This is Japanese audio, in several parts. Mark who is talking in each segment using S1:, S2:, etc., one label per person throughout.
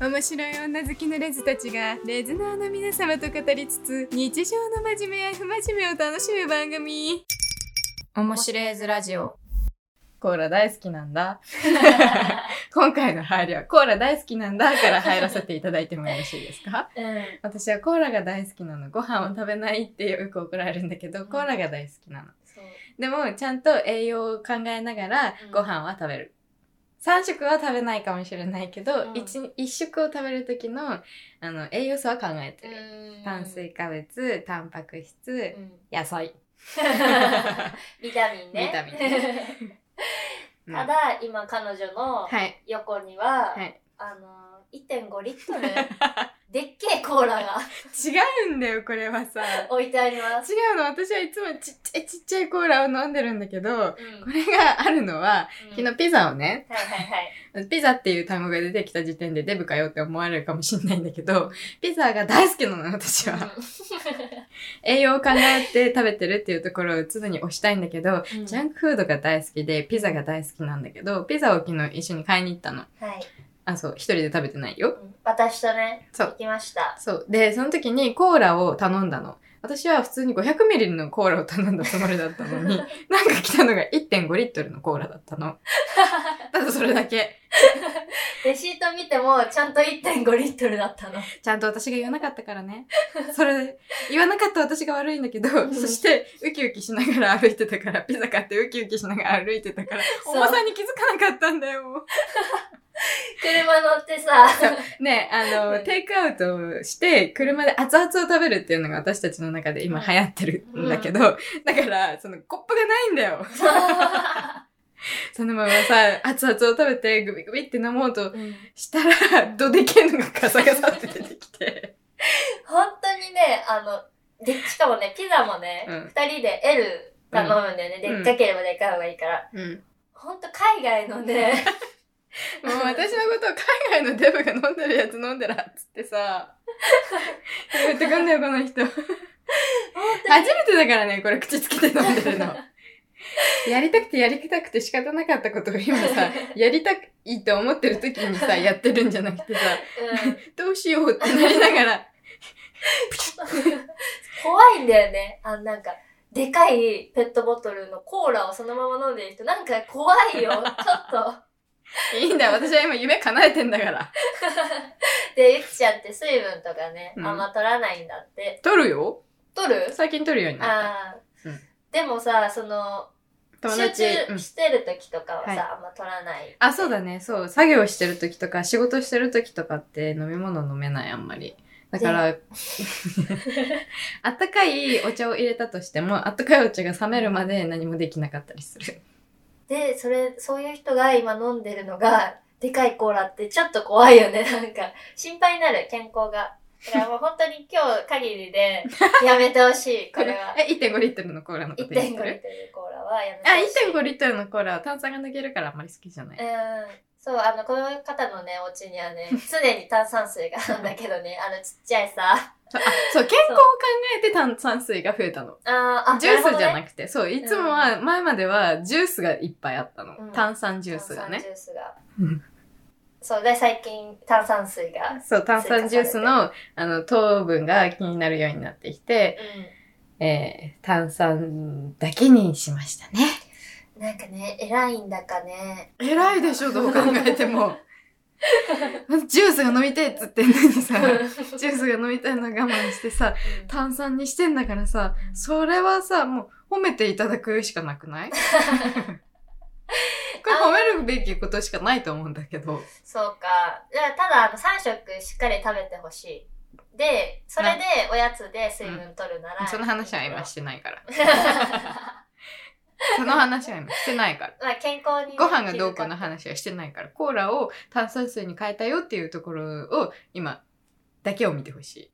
S1: 面白い女好きのレズたちがレズナーの皆様と語りつつ日常の真面目や不真面目を楽しむ番組面白いズラジオコーラ大好きなんだ今回の配慮はコーラ大好きなんだから入らせていただいてもよろしいですか
S2: うん。
S1: 私はコーラが大好きなのご飯を食べないってよく怒られるんだけどコーラが大好きなの
S2: そう。
S1: でもちゃんと栄養を考えながら
S2: うん
S1: ご飯は食べる、3食は食べないかもしれないけど、
S2: うん
S1: 1, 食を食べる時のあの栄養素は考えてる、
S2: うん。
S1: 炭水化物タンパク質、
S2: うん。
S1: 野菜
S2: ビタミン
S1: ビ
S2: ね。
S1: タミン
S2: ただ、今彼女の
S1: はい
S2: 横には、
S1: はい
S2: あのー、1.5リットル、 でっけえコーラが
S1: 違うんだよこれはさ
S2: 置いてあ ります。
S1: 違うの私はいつもちっちゃいちっちゃいコーラを飲んでるんだけど
S2: うん
S1: これがあるのは
S2: うん
S1: 昨日ピザをね
S2: はいはい はい。
S1: ピザっていう単語が出てきた時点でデブかよって思われるかもしれないんだけどピザが大好きなの私は。栄養を考えて食べてるっていうところを常に推したいんだけど、
S2: うん
S1: ジャンクフードが大好きで、ピザが大好きなんだけど、ピザを昨日一緒に買いに行ったの。
S2: はい。
S1: あ、そう、一人で食べてないよ。
S2: うん私とね、
S1: そう
S2: 行きました。
S1: そう。で、その時にコーラを頼んだの。私は普通に500ミリのコーラを頼んだつもりだったのに、なんか来たのが1.5リットルのコーラだったの。ただそれだけ。
S2: レシート見ても、ちゃんと1.5リットルだ ったの。
S1: ちゃんと私が言わなかったからね。それ、言わなかった私が悪いんだけど、そして、ウキウキしながら歩いてたから、ピザ買ってウキウキしながら歩いてたから、
S2: そう
S1: 重さに気づかなかったんだよ。
S2: 車乗ってさ、
S1: ねあ
S2: う
S1: の、
S2: ん
S1: テイクアウトをして、車で熱々を食べるっていうのが私たちの中で今
S2: うん
S1: 流行ってるんだけど、だから、そのコップがないんだよ。そのままさ、熱々を食べて、グビグビって飲 もうとしたら、どでけえのがガサガサって出てきて。
S2: 本当にね、あの、で、しかもね、ピザもね、
S1: うん
S2: 二、人で L 頼むんだよね。
S1: うん
S2: でっかければでっかい方がいいから。
S1: うん。
S2: ほんと海外のね、
S1: もう私のことを海外のデブが飲んでるやつ飲んでらっつってさ、言ってくんだよ、この人。初めてだからね、これ口つけて飲んでるの。やりたくてやりたくて仕方なかったことを今 さ、やりたくいいと思ってる時にさ、やってるんじゃなくてさ、
S2: うん、
S1: どうしようってなりながら、
S2: 怖いんだよね。あの、なんか、でかいペットボトルのコーラをそのまま飲んでる人、なんか怖いよ。ちょっと。
S1: いいんだよ、私は今夢叶えてんだから。
S2: で、ゆきちゃんって水分とかね、
S1: うん
S2: あんま取らないんだって。
S1: 取るよ
S2: 取る
S1: 最近取るようになっ
S2: ああ、
S1: うん
S2: でもさ、その、
S1: た。友
S2: 集
S1: 達、うん
S2: 中してる時とかはさ、
S1: はい
S2: あんま取らない。
S1: あ、そうだね。そう。作業してる時とか、仕事してる時とかって飲み物飲めない、あんまり。だから、 あったかいお茶を入れたとしても、あったかいお茶が冷めるまで何もできなかったりする。。
S2: で、それ、そういう人が今飲んでるのが、でかいコーラってちょっと怖いよね、 なんか。心配になる、健康が。だからもう本当に今日限りで、やめてほしい、これは
S1: え、1.5リットルのコーラのこと
S2: 1.5
S1: 言
S2: リッ
S1: って
S2: トル
S1: る
S2: コーラはやめて
S1: あ、
S2: ほしい。
S1: 1.5リットルのコーラは炭酸が抜けるからあんまり好きじゃない。
S2: うん。そう、あの、この方のね、お家に はね、常に炭酸水があるんだけどね、あの、ちっちゃいさ、
S1: そう、あそう健康を考えて炭酸水が増えたの。
S2: あーあ、
S1: ジュースじゃ
S2: な
S1: な
S2: く
S1: くて、そう、いつもは、前まではジュースがいっぱいあったの。
S2: うん
S1: 炭酸ジ
S2: ジ
S1: ュースがね
S2: ジ。ュースが
S1: うん。
S2: そう、で、最近炭酸水が。
S1: そう、炭酸ジュースの、あの、糖分が気になるようになってきて、えー、炭酸だけにしましたね。
S2: うん。なんかね、偉いんだかね。
S1: 偉いでしょ、どう考えても。 ジュースが飲みたいっつってんのにさ、ジュースが飲みたいの我慢してさ、炭酸にしてんだからさ、それはさ、もう褒めていただくしかなく ないこれ褒めるべきことしかないと思うんだけど。
S2: そうか。じゃあただ、あの、3食しっかり食べてほしい。で、それでおやつで水分取るなら、
S1: その話は 今してないから。
S2: ま
S1: その話は今してないから。
S2: あ、健康にね、
S1: ご飯がどうこうの
S2: 気遣っ
S1: 話はしてないから、コーラを炭酸水に変えたよっていうところを、今、だけを見てほしい。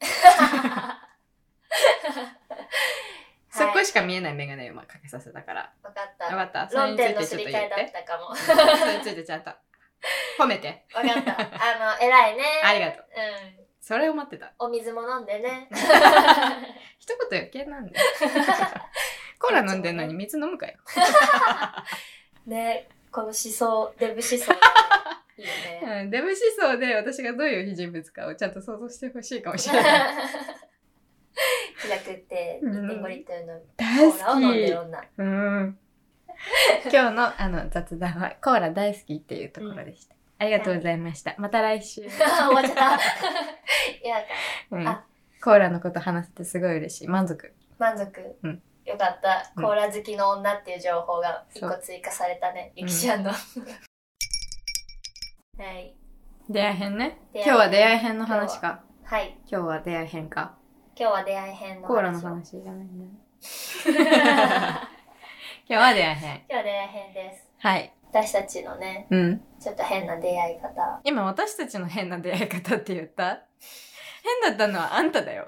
S1: そ
S2: はい
S1: こしか見えないメガネを今かけさせたから。
S2: わかっ
S1: わ
S2: た。
S1: かったそれに
S2: 論
S1: つい
S2: 点の
S1: てち
S2: す
S1: ょっ
S2: り
S1: と
S2: 替
S1: 言
S2: え
S1: っ
S2: だ
S1: て。
S2: ったかも。わ
S1: それについてちゃんと褒めて。
S2: かった。あの、偉いね。
S1: ありがとう。
S2: うん。
S1: それを待ってた。
S2: お水も飲んでね。
S1: 一言余計 なんだよ。コーラ飲んでんのに水飲むかよ。
S2: ね、この思想、デブ思想がいいよね。
S1: うん、デブ思想で私がどういう人物かをちゃんと想像してほしいかもし れない。
S2: 気楽って1.5リットルの
S1: 大
S2: コーラ
S1: 好
S2: を飲んで
S1: き
S2: る女。
S1: うん。今日のあの雑談はコーラ大好きっていうところでした。ありがとうございました。また来週。
S2: 終わっちゃった。 いや、
S1: うん
S2: あ、
S1: コーラのこと話せてすごい嬉しい。満足。
S2: 満足。
S1: うん
S2: よかった。
S1: うん
S2: コーラ好きの女っていう情報が一個追加されたね。
S1: そう
S2: ゆきちゃんの。はい。
S1: 出会い編ね。
S2: 出
S1: 今
S2: 会い編
S1: 日は出会い編の話か。
S2: はい。
S1: 今日は出会い編か。
S2: 今日は出会い編の
S1: コーラの
S2: 話を。
S1: 話いらないんだね。 今日
S2: 今
S1: は出会い編。
S2: 日は出会い編です。
S1: はい。
S2: 私たちのね、
S1: うん。
S2: ちょっと変な出会い方。
S1: 今私たちの変な出会い方って言った変だったのはあんただ よ。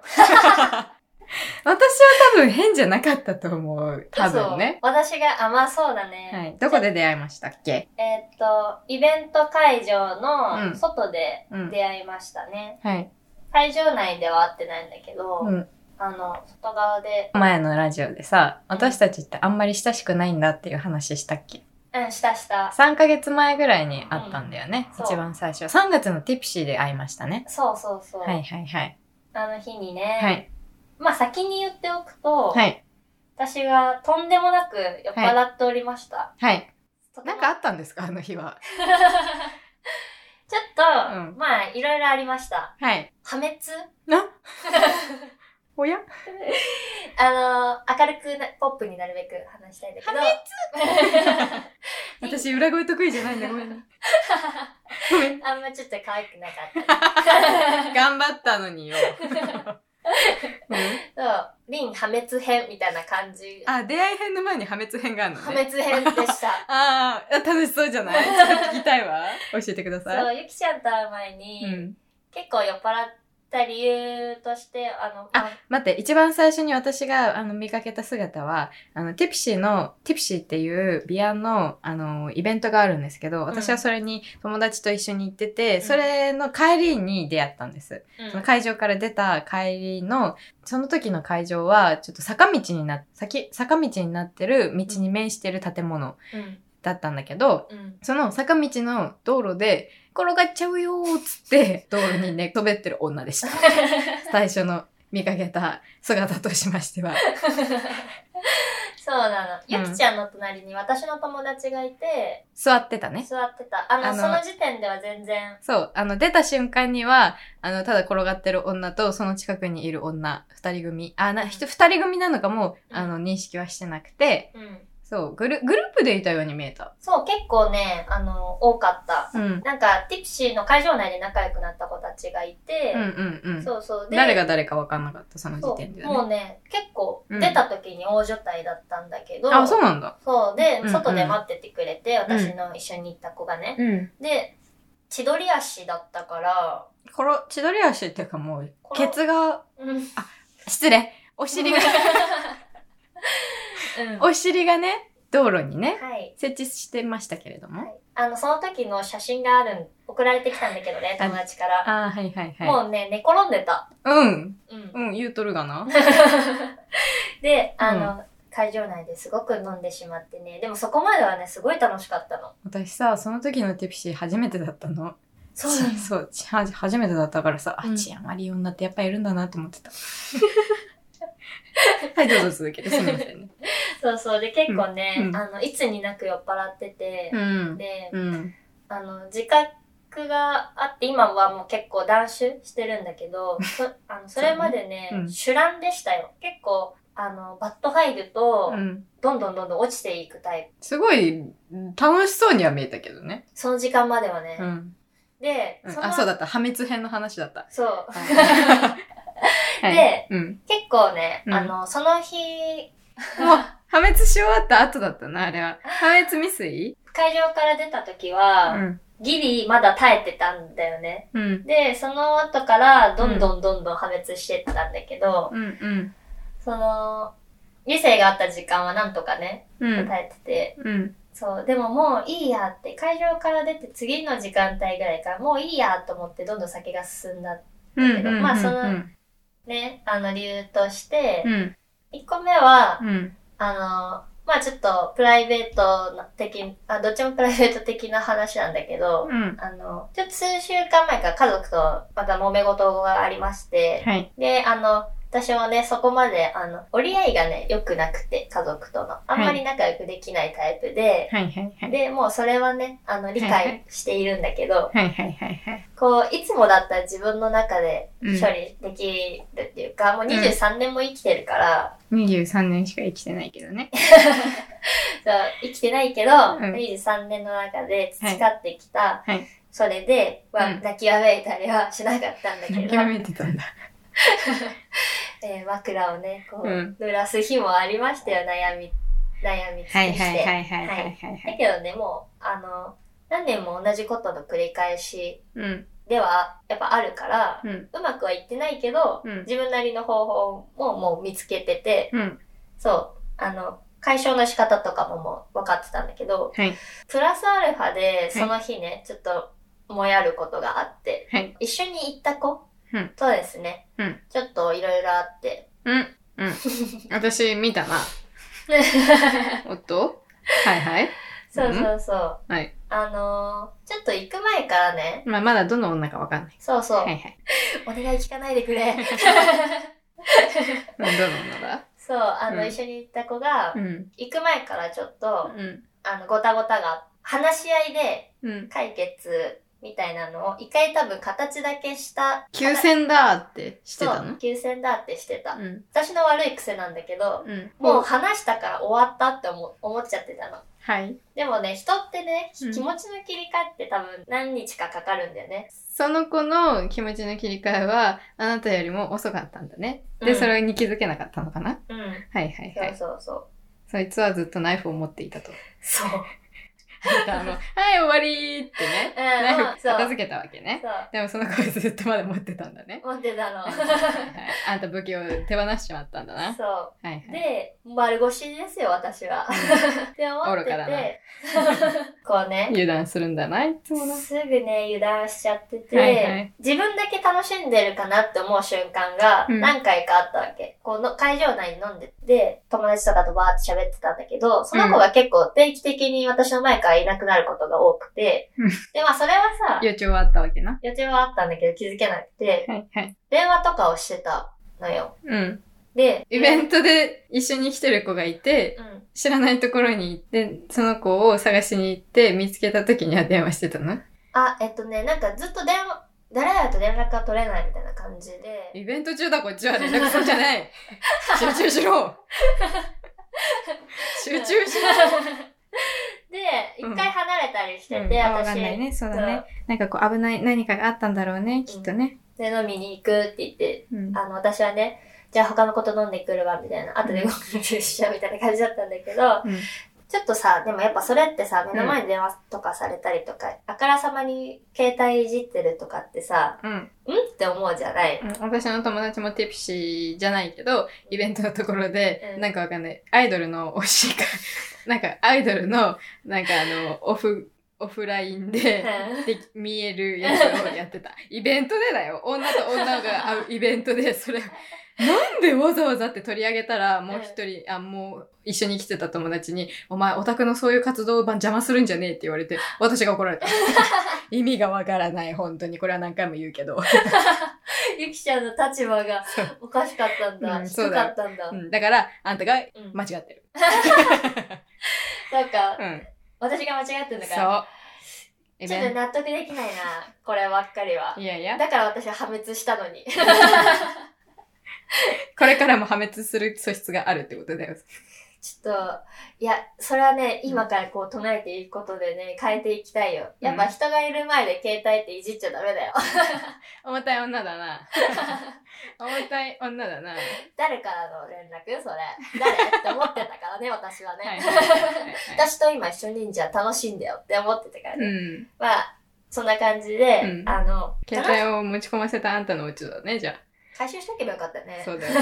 S1: 私は多分変じゃなかったと思う。多分ね。
S2: そう。私が、あ、まあそうだね。
S1: はい。どこで出会いましたっけ
S2: えーっと、イベント会場
S1: う
S2: の
S1: ん
S2: 外で
S1: うん。
S2: 出会いましたね。
S1: はい。
S2: 会場内では会ってないんだけど、
S1: うん。
S2: あの、外側で、
S1: 前のラジオでさ、私たちってあんまり親しくないんだっていう話したっけ
S2: うん、したした。
S1: ?3 ヶ月前ぐらいに会ったんだよね。
S2: うんそう
S1: 一番最初。3月のティプシーで会いましたね。
S2: そうそうそう。
S1: はいはいはい。
S2: あの日にね、
S1: はい。
S2: まあ先に言っておくと、
S1: はい。
S2: 私がとんでもなく酔っ払っておりました。
S1: はい。
S2: とて
S1: な
S2: も
S1: ん かあったんですかあの日は。
S2: ちょっと、
S1: うん
S2: まあいろいろありました。
S1: はい。
S2: 破滅
S1: な おや
S2: あの、明るくなポップになるべく話したいんだけど。
S1: 私裏声得意じゃないんだ。ごめんな。ごめん。
S2: あんまちょっと可愛くなかった ね。
S1: 頑張ったのによ。 うん
S2: そう、リン破滅編みたいな感じ。
S1: あ、出会い編の前に破滅編があるのね。
S2: 破滅編で した。
S1: あーあ、楽しそうじゃないちょっと聞きたいわ。教えてください。
S2: そう、ゆきちゃんと会う前に、
S1: うん。
S2: 結構酔っ払った理由として、あの、
S1: あ待って、一番最初に私があの見かけた姿は、あの、ティプシーの、ティプシーっていうビアンの、あの、イベントがあるんですけど、私はそれに友達と一緒に行ってて、
S2: うん
S1: それの帰りに出会ったんです。
S2: うん
S1: その会場から出た帰りの、その時の会場は、ちょっと坂道にな、先、坂道になってる道に面してる建物
S2: うん、
S1: だったんだけど、
S2: うん。
S1: その坂道の道路で、転がっちゃうよーっつって、 道路にね、飛べってる女でした。 最初の見かけた姿としまして は。
S2: そうなの。
S1: うん
S2: ゆきちゃんの隣に私の友達がいて、
S1: 座ってたね。
S2: 座ってた。あの、
S1: あの
S2: その時点では全然、
S1: そう。あの、出た瞬間には、あの、ただ転がってる女と、その近くにいる女、二人組。あ、な、人、二人組なのかも、
S2: うん
S1: あの、認識はしてなくて、
S2: うん。
S1: そう、グル、グループでいたように見えた。
S2: そう、結構ね、あの、多かった。
S1: うん。うん
S2: なんか、ティプシーの会場内で仲良くなった子たちがいて、
S1: うんうん。
S2: そうそう。で
S1: 誰が誰か分かんなかった、その時点で
S2: そう
S1: は
S2: も
S1: ね。
S2: うね、結構
S1: うん
S2: 出た時に大所帯だったんだけど、
S1: あ、そうなんだ。
S2: そうで、
S1: うんうん
S2: 外で待っててくれて、
S1: うん
S2: 私の一緒に行った子がね。
S1: うん。
S2: で、千鳥足だったから、
S1: ころ、千鳥足っていうかもう、
S2: こ
S1: ケ
S2: の
S1: ツが、
S2: うん。うん。
S1: 失礼お尻 が、
S2: は
S1: お尻がね、道路にね、
S2: い。
S1: 設置してましたけれど
S2: は
S1: も。
S2: いあの、その時の写真があるん、送られてきたんだけどね、
S1: あ
S2: 友達から。
S1: あーはいはいはい。
S2: もうね、寝転んでた。
S1: うん。
S2: うん。
S1: うん、言うとるがな。
S2: で、あの、会場内ですごく飲んでしまってね。でもそこまではね、すごい楽しかったの。
S1: 私さ、その時のティプシー初めてだったの。
S2: そうなの
S1: ちそう、ちはじ初めてだったからさ、
S2: う
S1: あ、
S2: ん
S1: 治安悪い女ってやっぱいるんだなって思ってた。 はい、どうぞ続けて。すみませ んね。
S2: そうそう。で、結構ね、
S1: うんうん
S2: あの、いつになく酔っ払ってて、
S1: うん。
S2: で、
S1: うん。
S2: あの、自覚があって、今はもう結構断酒してるんだ けど、そあのそれまでね、
S1: そうねうん
S2: 酒乱でしたよ。結構、あの、バット入ると
S1: う、ん。
S2: どんどんどんどん落ちていくタイプ。
S1: すごい、楽しそうには見えたけどね。
S2: その時間まではね。
S1: うん。
S2: で、
S1: うん
S2: その
S1: あ、そうだった。破滅編の話だった。
S2: そう。
S1: はい
S2: で、
S1: うん。
S2: 結構ね、
S1: うん
S2: あの、その日、
S1: もう、破滅し終わった後だったな、あれは。破滅未遂
S2: 会場から出た時
S1: う
S2: は、
S1: ん。
S2: ギリまだ耐えてたんだよね。
S1: うん。
S2: で、その後から、どんどんどんどん破滅してったんだけど、
S1: うん。うん。
S2: その、理性があった時間はなんとかね、
S1: うん。
S2: 耐えてて、
S1: うん。
S2: そう、でももういいやって、会場から出て次の時間帯ぐらいから、もういいやと思ってどんどん先が進んだ
S1: うん。
S2: けどまあそのね、あの理由として
S1: う、ん。
S2: 1個目は
S1: う、ん。
S2: あの、まあちょっとプライベートな的、あ、どっちもプライベート的な話なんだけど、
S1: うん。
S2: あの、ちょっと数週間前から家族とまた揉め事がありまして、
S1: はい。
S2: で、あの、私もね、そこまで、あの、折り合いがね、良くなくて、家族との。あんまり仲良くできないタイプで、
S1: はいはいはい。
S2: で、もうそれはね、あの、理
S1: はいは
S2: 解しているんだけど、
S1: はいはいはいはい。
S2: こう、いつもだったら自分の中で処
S1: うん
S2: 理できるっていうか、もう23年も生きてるから、
S1: 23年しか生きてないけどね。
S2: そう生きてないけど、
S1: ん
S2: 23年の中で培ってきた、
S1: はい
S2: それで、は
S1: うん
S2: 泣きわめいたりはしなかったんだけど、
S1: 諦めてたんだ。
S2: えー枕をね、こう、
S1: うん
S2: 濡らす日もありましたよ、悩み、悩みつきして。
S1: はいはいはいはいはいはいは
S2: だ
S1: い。
S2: けどね、もう、あの、何年も同じことの繰り返し
S1: うん。
S2: では、やっぱあるから、
S1: うん。
S2: うまくはいってないけど、
S1: うん
S2: 自分なりの方法ももう見つけてて、
S1: うん。
S2: そう、あの、解消の仕方とかももう分かってたんだけど、
S1: はい。
S2: プラスアルファでその日ね、ちょっともやることがあって、
S1: はい。
S2: 一緒に行った子、
S1: うん
S2: とですね、
S1: うん
S2: ちょっといろいろあ って、
S1: うん。うん。私見たな。おっとはいはい。
S2: そうそうそう。
S1: はい。
S2: あのーちょっと行く前からね、
S1: まあ、まだどの女かわかんない。
S2: そうそう、
S1: はいはい。
S2: お願い聞かないで くれ。
S1: どの女だ
S2: そう、あの、
S1: うん
S2: 一緒に行った子が、
S1: うん。
S2: 行く前からちょっと、
S1: うん。
S2: あの、ごたごたが、話し合いで
S1: うん。
S2: 解決みたいなのを、一回多分形だけした。
S1: 急戦だーってしてた
S2: そう
S1: の
S2: 急戦だってしてた。
S1: うん。
S2: 私の悪い癖なんだけど、
S1: うん。
S2: もう話したから終わったって思思っちゃってたの。
S1: はい。
S2: でもね、人ってね、
S1: うん
S2: 気持ちの切り替えって多分何日かかかるんだよね。
S1: その子の気持ちの切り替えは、あなたよりも遅かったんだね。で、
S2: うん
S1: それに気づけなかったのかな
S2: うん。
S1: はいはい
S2: そ
S1: は
S2: う
S1: い。
S2: そうそう。
S1: そいつはずっとナイフを持っていたと。
S2: そう。
S1: あなたはもう、はい、終わりーってね。
S2: うん
S1: ナイフ
S2: うんそう
S1: 片付けたわけね。
S2: そう。
S1: でもその子はずっとまだ持ってたんだね。
S2: 持ってたの
S1: はい。はいあんた武器を手放しちまったんだな。はい
S2: そ
S1: は
S2: う。
S1: い。
S2: で、丸腰ですよ、私は。 って思っ
S1: 愚かだな
S2: てて、 こうね、
S1: 油断するんだな、いつもな。
S2: すぐね、油断しちゃってて、
S1: はいはい
S2: 自分だけ楽しんでるかなって思う瞬間が
S1: うん
S2: 何回かあったわけ。この会場内に飲んでて、友達とかとバーって喋ってたんだけど、その子が結構定期的に私の前からいなくなることが多くて、
S1: うん
S2: で、まあそれはさ、
S1: 予兆はあったわけな。
S2: 予定はあったんだけど気づけなくて、
S1: はいはい。
S2: 電話とかをしてたのよ。
S1: うん。
S2: で、
S1: イベ
S2: ト
S1: ントで一緒に来てる子がいて、
S2: うん。
S1: 知らないところに行って、その子を探しに行って、見つけた時には電話してたの
S2: あ、えっとね、なんかずっと電話、誰々と連絡が取れないみたいな感じで、
S1: イベント中だ、こっちは連絡するんじゃない集中し ろ集中し
S2: で、一
S1: うん
S2: 回離れたりして
S1: ろ
S2: て、
S1: うんあわか
S2: 私、
S1: んないね、そう
S2: そ
S1: だね
S2: う。
S1: なんかこう危ない何かがあったんだろうね、きっとね。
S2: で、飲みに行くって言って、
S1: うん。
S2: あの、私はね、じゃあ他のこと飲んでくるわ、みたいな、後でご飯中しちゃうみたいな感じだったんだけど、
S1: うん
S2: ちょっとさ、でもやっぱそれってさ、目の前に電話とかされたりとか、あからさまに携帯いじってるとかってさ、
S1: うん、
S2: んって思うじゃない、
S1: うん私の友達もティプシーじゃないけど、イベントのところで、
S2: うん
S1: なんかわかんない。アイドルの推しが、なんかアイドルの、なんかあの、オフ、オフラインで、で見えるやつをやってた。イベントでだよ。女と女が会うイベント で、それ、なんでわざわざって取り上げたら、もう一人、あ、もう一緒に来てた友達に、お前、オタクのそういう活動版邪魔するんじゃねえって言われて、私が怒ら れた。意味がわからない、本当に。これは何回も言うけど。
S2: ゆきちゃんの立場が
S1: そう
S2: おかしかったんだ。
S1: うんそ
S2: 低
S1: うだ
S2: か
S1: よ
S2: ったんだ。
S1: うんだから、あんたが
S2: うん
S1: 間違ってる。
S2: なんか、
S1: うん。
S2: 私が間違ってるの
S1: そ
S2: か
S1: う。イ
S2: ちょっ
S1: ベ
S2: と
S1: ン
S2: 納得できないな、こればっかりは
S1: ト。い。やいや。
S2: だから私は破滅したのに。
S1: これからも破滅する素質があるってことだよ。
S2: ちょっと、いや、それはね、今からこう唱えていくことでね、変えていきたいよ。やっぱ人がいる前で携帯っていじっちゃダメ だよ。
S1: 重たい女だ な。重たい女だな。
S2: 誰からの連絡それ。誰って思ってたから ね、私 はね。
S1: はいはいはいはい
S2: 私と今一緒にいんじゃ楽しいんだよって思ってたからね。
S1: うん。
S2: まあ、そんな感じで、
S1: うん
S2: あの、
S1: 携帯を持ち込ませたあんたのうちだね、じゃ
S2: 回収しとけばよかった
S1: あ。
S2: ね。
S1: そうだよ。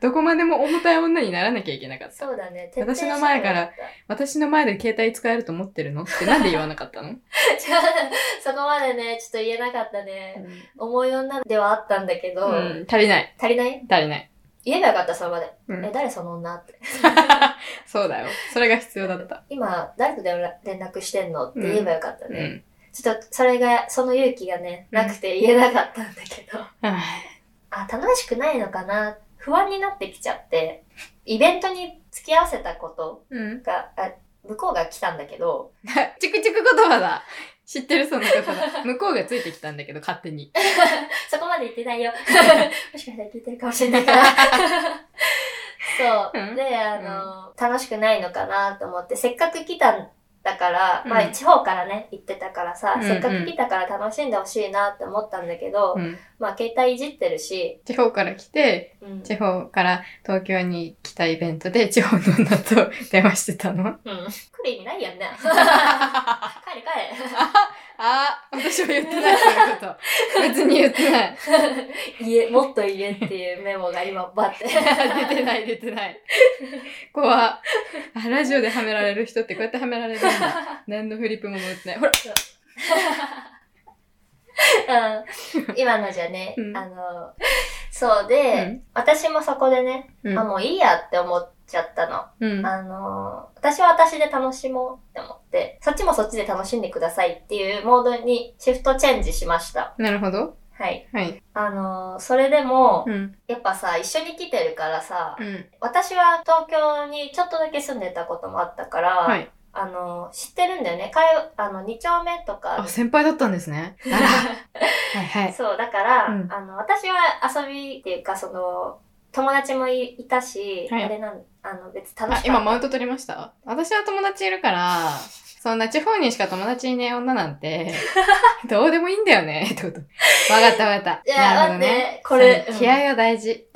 S1: どこまでも重たい女にならなきゃいけなかった。
S2: そうだね。
S1: 私の前から
S2: 徹底して
S1: 私の前で携帯使えると思ってるのってなんで言わなか ったの
S2: よかった。 そこまでね、ちょっと言えなかったね。重い女ではあったんだけど、
S1: うん、足りない。
S2: 足りない
S1: 足りない。
S2: 言えばよかった、その場で。
S1: うん
S2: え、誰その女って。
S1: そうだよ。それが必要だった。
S2: 今、誰と連絡してんのって言えばよかった
S1: う
S2: ね。
S1: ん。
S2: ちょっと、それが、その勇気がね、なくて言えなかったんだけど。
S1: あ
S2: あ、楽しくないのかな不安になってきちゃって、イベントに付き合わせたこと
S1: うん。
S2: が、あ向こうが来たんだけど、
S1: チクチク言葉だ。知ってる、その言 葉。向こうがついてきたんだけど、勝手に。
S2: そこまで言ってないよ。 もしかしたら聞いてるかもしれないから。 そうう。
S1: ん
S2: で、あの、楽しくないのかなと思って、せっかく来たんだから、
S1: うん
S2: まあ地方からね、行ってたからさ、
S1: うんうん
S2: せっかく来たから楽しんでほしいなって思ったんだけど、
S1: うん。
S2: まあ携帯いじってるし、
S1: 地方から来て、
S2: うん。
S1: 地方から東京に来たイベントで、地方の女と 電話してた の。
S2: うん、来る意味ないよね。
S1: あ、
S2: 帰れ帰れ。
S1: 私は言ってない、そういうこと。別に言ってない。
S2: 言え、もっと言えっていうメモが今バッ て。
S1: 出てない、出てない。怖っあラジオではめられる人ってこうやってはめられるん だ。何のフリップも持ってない。ほら
S2: うん今のじゃね、
S1: うん
S2: あの、そうで、
S1: うん
S2: 私もそこでね、
S1: うん
S2: あ、もういいやって思っちゃったの。
S1: うん。
S2: あの、私は私で楽しもうって思って、そっちもそっちで楽しんでくださいっていうモードにシフトチェンジしました。
S1: なるほど。
S2: はい。
S1: はい。
S2: あの、それでも、
S1: うん。
S2: やっぱさ、一緒に来てるからさ、
S1: うん。
S2: 私は東京にちょっとだけ住んでたこともあったから、
S1: はい。
S2: あの、知ってるんだよね。かよ、あの、二丁目とか
S1: あ、先輩だったんですね。 あら。はいはい。
S2: そう、だから、
S1: うん
S2: あの、私は遊びっていうか、その、友達もいいたし、
S1: はい
S2: あれなん、あの、別に楽
S1: あ
S2: し、か
S1: 今
S2: った。
S1: マウント取りました私は友達いるから、そんな地方にしか友達いねえ女なん て、どうでもいいんだよね、ってこと。わかったわかった。
S2: い
S1: なるほ
S2: や
S1: ど
S2: 待っ
S1: ね
S2: て。これ
S1: そう
S2: うん
S1: 気合が大事。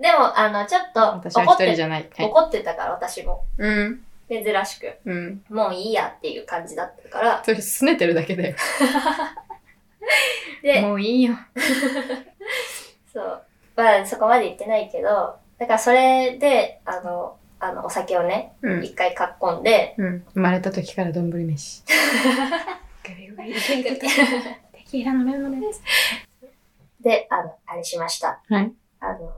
S2: でも、あの、ちょっ
S1: 私
S2: と、
S1: は
S2: 怒
S1: 一
S2: っ
S1: 人じ
S2: て、
S1: ゃない。はい。
S2: 怒ってたから、私も。
S1: うん。
S2: 珍しく。
S1: うん。
S2: もういいやっていう感じだったから。
S1: それ、拗ねてるだけだよ。
S2: で、
S1: もういいよ。
S2: そう。まあ、そこまで言ってないけど、だからそれで、あの、あの、お酒をね、
S1: うん。
S2: 一回かっこんで、
S1: うん。生まれた時から丼 飯。テキーラのメモです。
S2: で、あの、あれしました。
S1: はい。
S2: あの、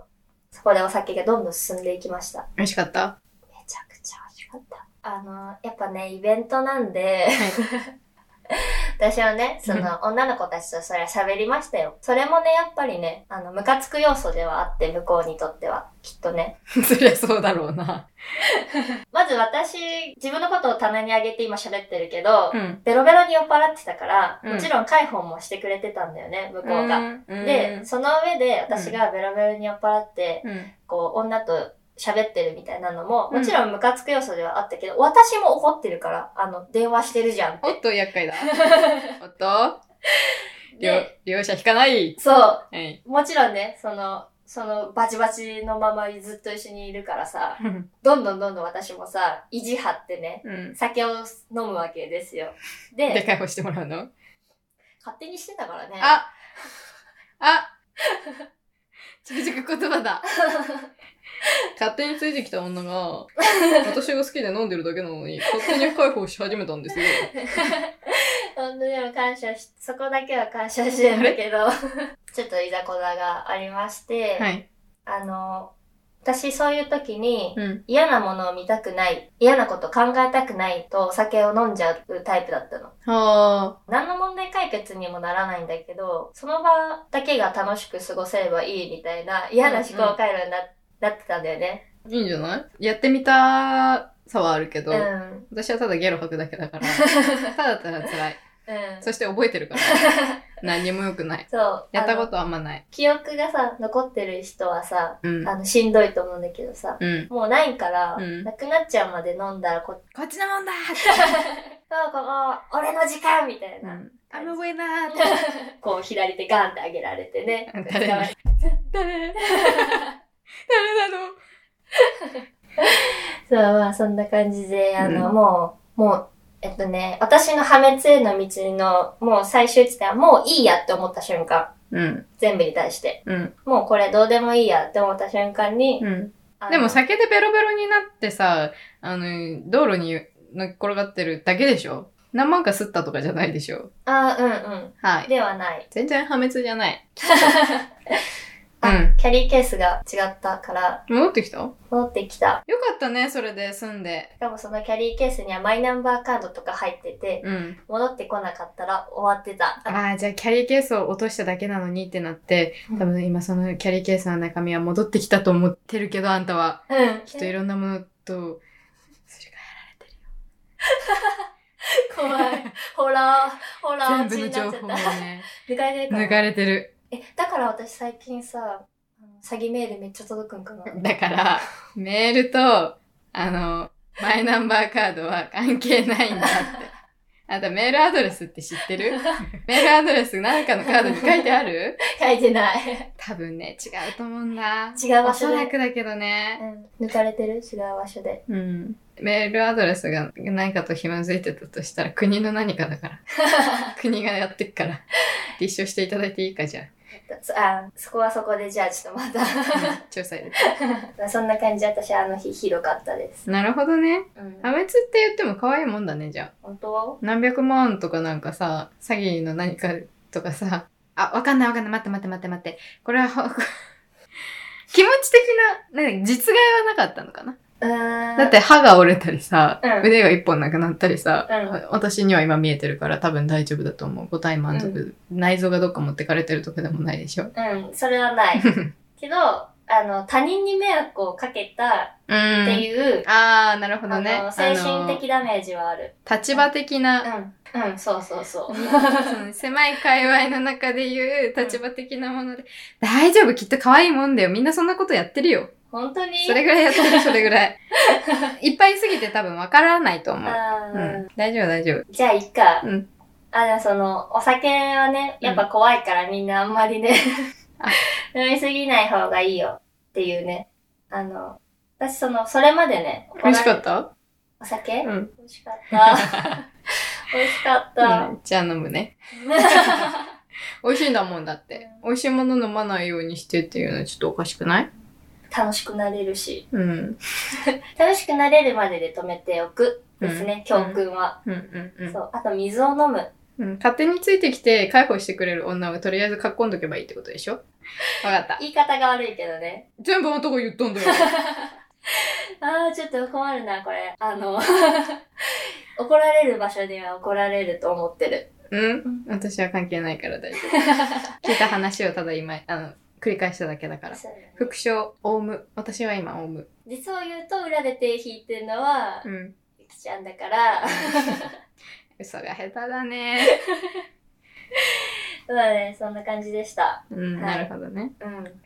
S2: そこでお酒がどんどん進んでいきました。
S1: 美味しかった
S2: めちゃくちゃ美味しかった。あの、やっぱね、イベントなんで、私はね、その、女の子たちとそれは喋りましたよ。それもね、やっぱりね、あの、ムカつく要素ではあって、向こうにとっては、きっとね。
S1: そりゃそうだろうな。
S2: まず私、自分のことを棚に上げて今喋ってるけど、
S1: うん。
S2: ベロベロに酔っ払ってたから、
S1: うん
S2: もちろん解放もしてくれてたんだよね、向こうが。で、その上で私がベロベロに酔っ払って、
S1: うん、
S2: こう、女と喋ってるみたいなのも、
S1: うん
S2: もちろんムカつく要素ではあったけど、私も怒ってるから、あの、電話してるじゃんっ
S1: お
S2: て。
S1: っと、厄介だ。おっと、両
S2: で、
S1: 両者引かない。
S2: そ
S1: はい。
S2: う、もちろんね、その、そのバチバチのままずっと一緒にいるからさ、どんどんどんどん私もさ、意地張ってね、
S1: うん。
S2: 酒を飲むわけですよ。
S1: で、
S2: で、
S1: 解放してもらうの
S2: 勝手にしてたからね。
S1: ああちくちく言葉だ。勝手についてきた女が、私が好きで飲んでるだけなのに、勝手に解放し始めたんですよ。
S2: 本当にでも感謝し、そこだけは感謝してるんだけ ど、ちょっといざこざがありまして、
S1: はい。
S2: あの、私そういう時に、
S1: うん。
S2: 嫌なものを見たくない、嫌なこと考えたくないとお酒を飲んじゃうタイプだったの。
S1: あ
S2: 何の問題解決にもならないんだけど、その場だけが楽しく過ごせればいいみたいな嫌な思考回路にな,、なってたんだよね。
S1: ー、いいんじゃないやってみたさはあるけ
S2: う
S1: ど、
S2: ん。 うん。
S1: 私はただゲロ吐くだけだ から、ただただ辛い。そして覚えてるから。何にも良くない。
S2: そう。
S1: やった
S2: あ
S1: こ
S2: の
S1: とあんまない。
S2: 記憶がさ、残ってる人はさ、
S1: うん。
S2: あの、しんどいと思うんだけどさ、
S1: うん。
S2: もうないから、
S1: うん
S2: なくなっちゃうまで飲んだらこ、
S1: こっちのもんだ
S2: そう、ここ、俺の時間みたいな。
S1: アムウェイだ
S2: こう、左手ガンって上げられてね。
S1: 誰に誰誰なの
S2: そう、まあそんな感じで、あの、
S1: う
S2: もう、もう、えっとね、私の破滅への道の、もう最終地点はもういいやって思った瞬間、
S1: うん。
S2: 全部に対して。
S1: うん。
S2: もうこれどうでもいいやって思った瞬間に、
S1: うん。
S2: あの
S1: でも酒でベロベロになってさ、あの、道路に乗っ転がってるだけでしょ何万か吸ったとかじゃないでしょ
S2: あうんう
S1: は
S2: ん。
S1: い。
S2: ではない。
S1: 全然破滅じゃない。
S2: あ、
S1: うん
S2: キャリーケースが違ったから
S1: 戻ってきたよか
S2: 戻ってきた。
S1: ったね、それで住んで。
S2: しかもそのキャリーケースにはマイナンバーカードとか入ってて、
S1: うん。
S2: 戻ってこなかったら終わってた。
S1: ああ、じゃあキャリーケースを落としただけなのにってなって、多分今そのキャリーケースの中身は戻ってきたと思ってるけど、あんたは。
S2: うん。
S1: きっといろんなものと、すり替
S2: 怖い。ほら、ほ
S1: え全
S2: ら、
S1: 部の情報を
S2: 落ちになっちゃった。
S1: ね、
S2: 抜かれて
S1: 抜
S2: るか。
S1: かられてる。
S2: え、だから私最近さ、あの詐欺メールめっちゃ届くんかな。
S1: だから、メールと、あの、マイナンバーカードは関係ない んだって。あんたメールアドレスって知ってる メールアドレスなんかのカードに書いてある
S2: 書いてない。
S1: 多分ね、違うと思うんだ。
S2: 違う場
S1: お
S2: 所
S1: そ
S2: で。
S1: らくだけどね。
S2: うん。抜かれてる違う場所で。
S1: うん。メールアドレスが何かとひもづいてたとしたら国の何かだ から。国がやってっから。立証していただいていいかじゃ
S2: そあ、そこはそこで、じゃあちょっとまた。
S1: あ。うん調査入れて。
S2: そんな感じで私あの日ひどかったです。
S1: なるほどね。
S2: うん。
S1: 破滅って言っても可愛いもんだね、じゃあ。
S2: 本当
S1: 何百万とかなんかさ、詐欺の何かとかさ、あ、わかんないわかんない、待って待って待って待って。これは、 ほ気持ち的な、なんか実害はなかったのかな、
S2: うーん。
S1: だっ、て歯が折れたりさ、
S2: うん
S1: 腕が一本なくなったりさ、
S2: うん
S1: 私には今見えてるから多分大丈夫だと思う。五体満足、内臓がどっか持ってかれてるとかでもないでしょ。
S2: うん、それ はない。けど、あの、他人に迷惑をかけた
S1: う
S2: って
S1: ん。
S2: いう、
S1: あー、なるほど
S2: あ
S1: ね。
S2: の、精神的ダメージはある。
S1: あの立場的な、
S2: うん。うん、そうそうそう。
S1: その狭い界隈の中で言う立場的なもので、大丈夫、きっと可愛いもんだよ。みんなそんなことやってるよ。
S2: 本当に
S1: それぐらいやってる、それぐらい。 いっぱいすぎて多分わからないと思う。
S2: あ
S1: う
S2: ー
S1: ん、大丈夫、大丈夫。
S2: じゃあ、いっか。
S1: うん
S2: あ、でもその、お酒はね、やっぱ怖いからみんなあんまりね
S1: あ、
S2: 飲みすぎない方がいいよっていうね。あの、私その、それまでね、
S1: 美味しかった
S2: お酒、
S1: うん。
S2: 美味しかった。 美味しかった。
S1: うんじゃあ飲むね。美味しいんだもんだって。美味しいもの飲まないようにしてっていうのはちょっとおかしくない
S2: 楽しくなれるし。
S1: うん。うん
S2: 楽しくなれるまでで止めておく。ですね、
S1: うん
S2: 教訓は、
S1: うんうん
S2: そう。あと、水を飲む。
S1: うん。勝手についてきて介抱してくれる女をとりあえず囲んどけばいいってことでしょわかった。
S2: 言い方が悪いけどね。
S1: 全部男言ったんだ よ。
S2: あー、ちょっと困るな、これ。あの、 怒られる場所では怒られると思ってる。
S1: うん私は関係ないから大丈 夫。聞いた話をただ今、あの、繰り返しただけだから。
S2: そうだね
S1: 副賞、オウム。私は今、オウム。
S2: 実を言うと、裏で手引いてるのは、
S1: うん。
S2: ゆきちゃんだから、
S1: 嘘が下手だね。
S2: まあね、そんな感じでした。
S1: うん、
S2: はい
S1: なるほどね。
S2: うん。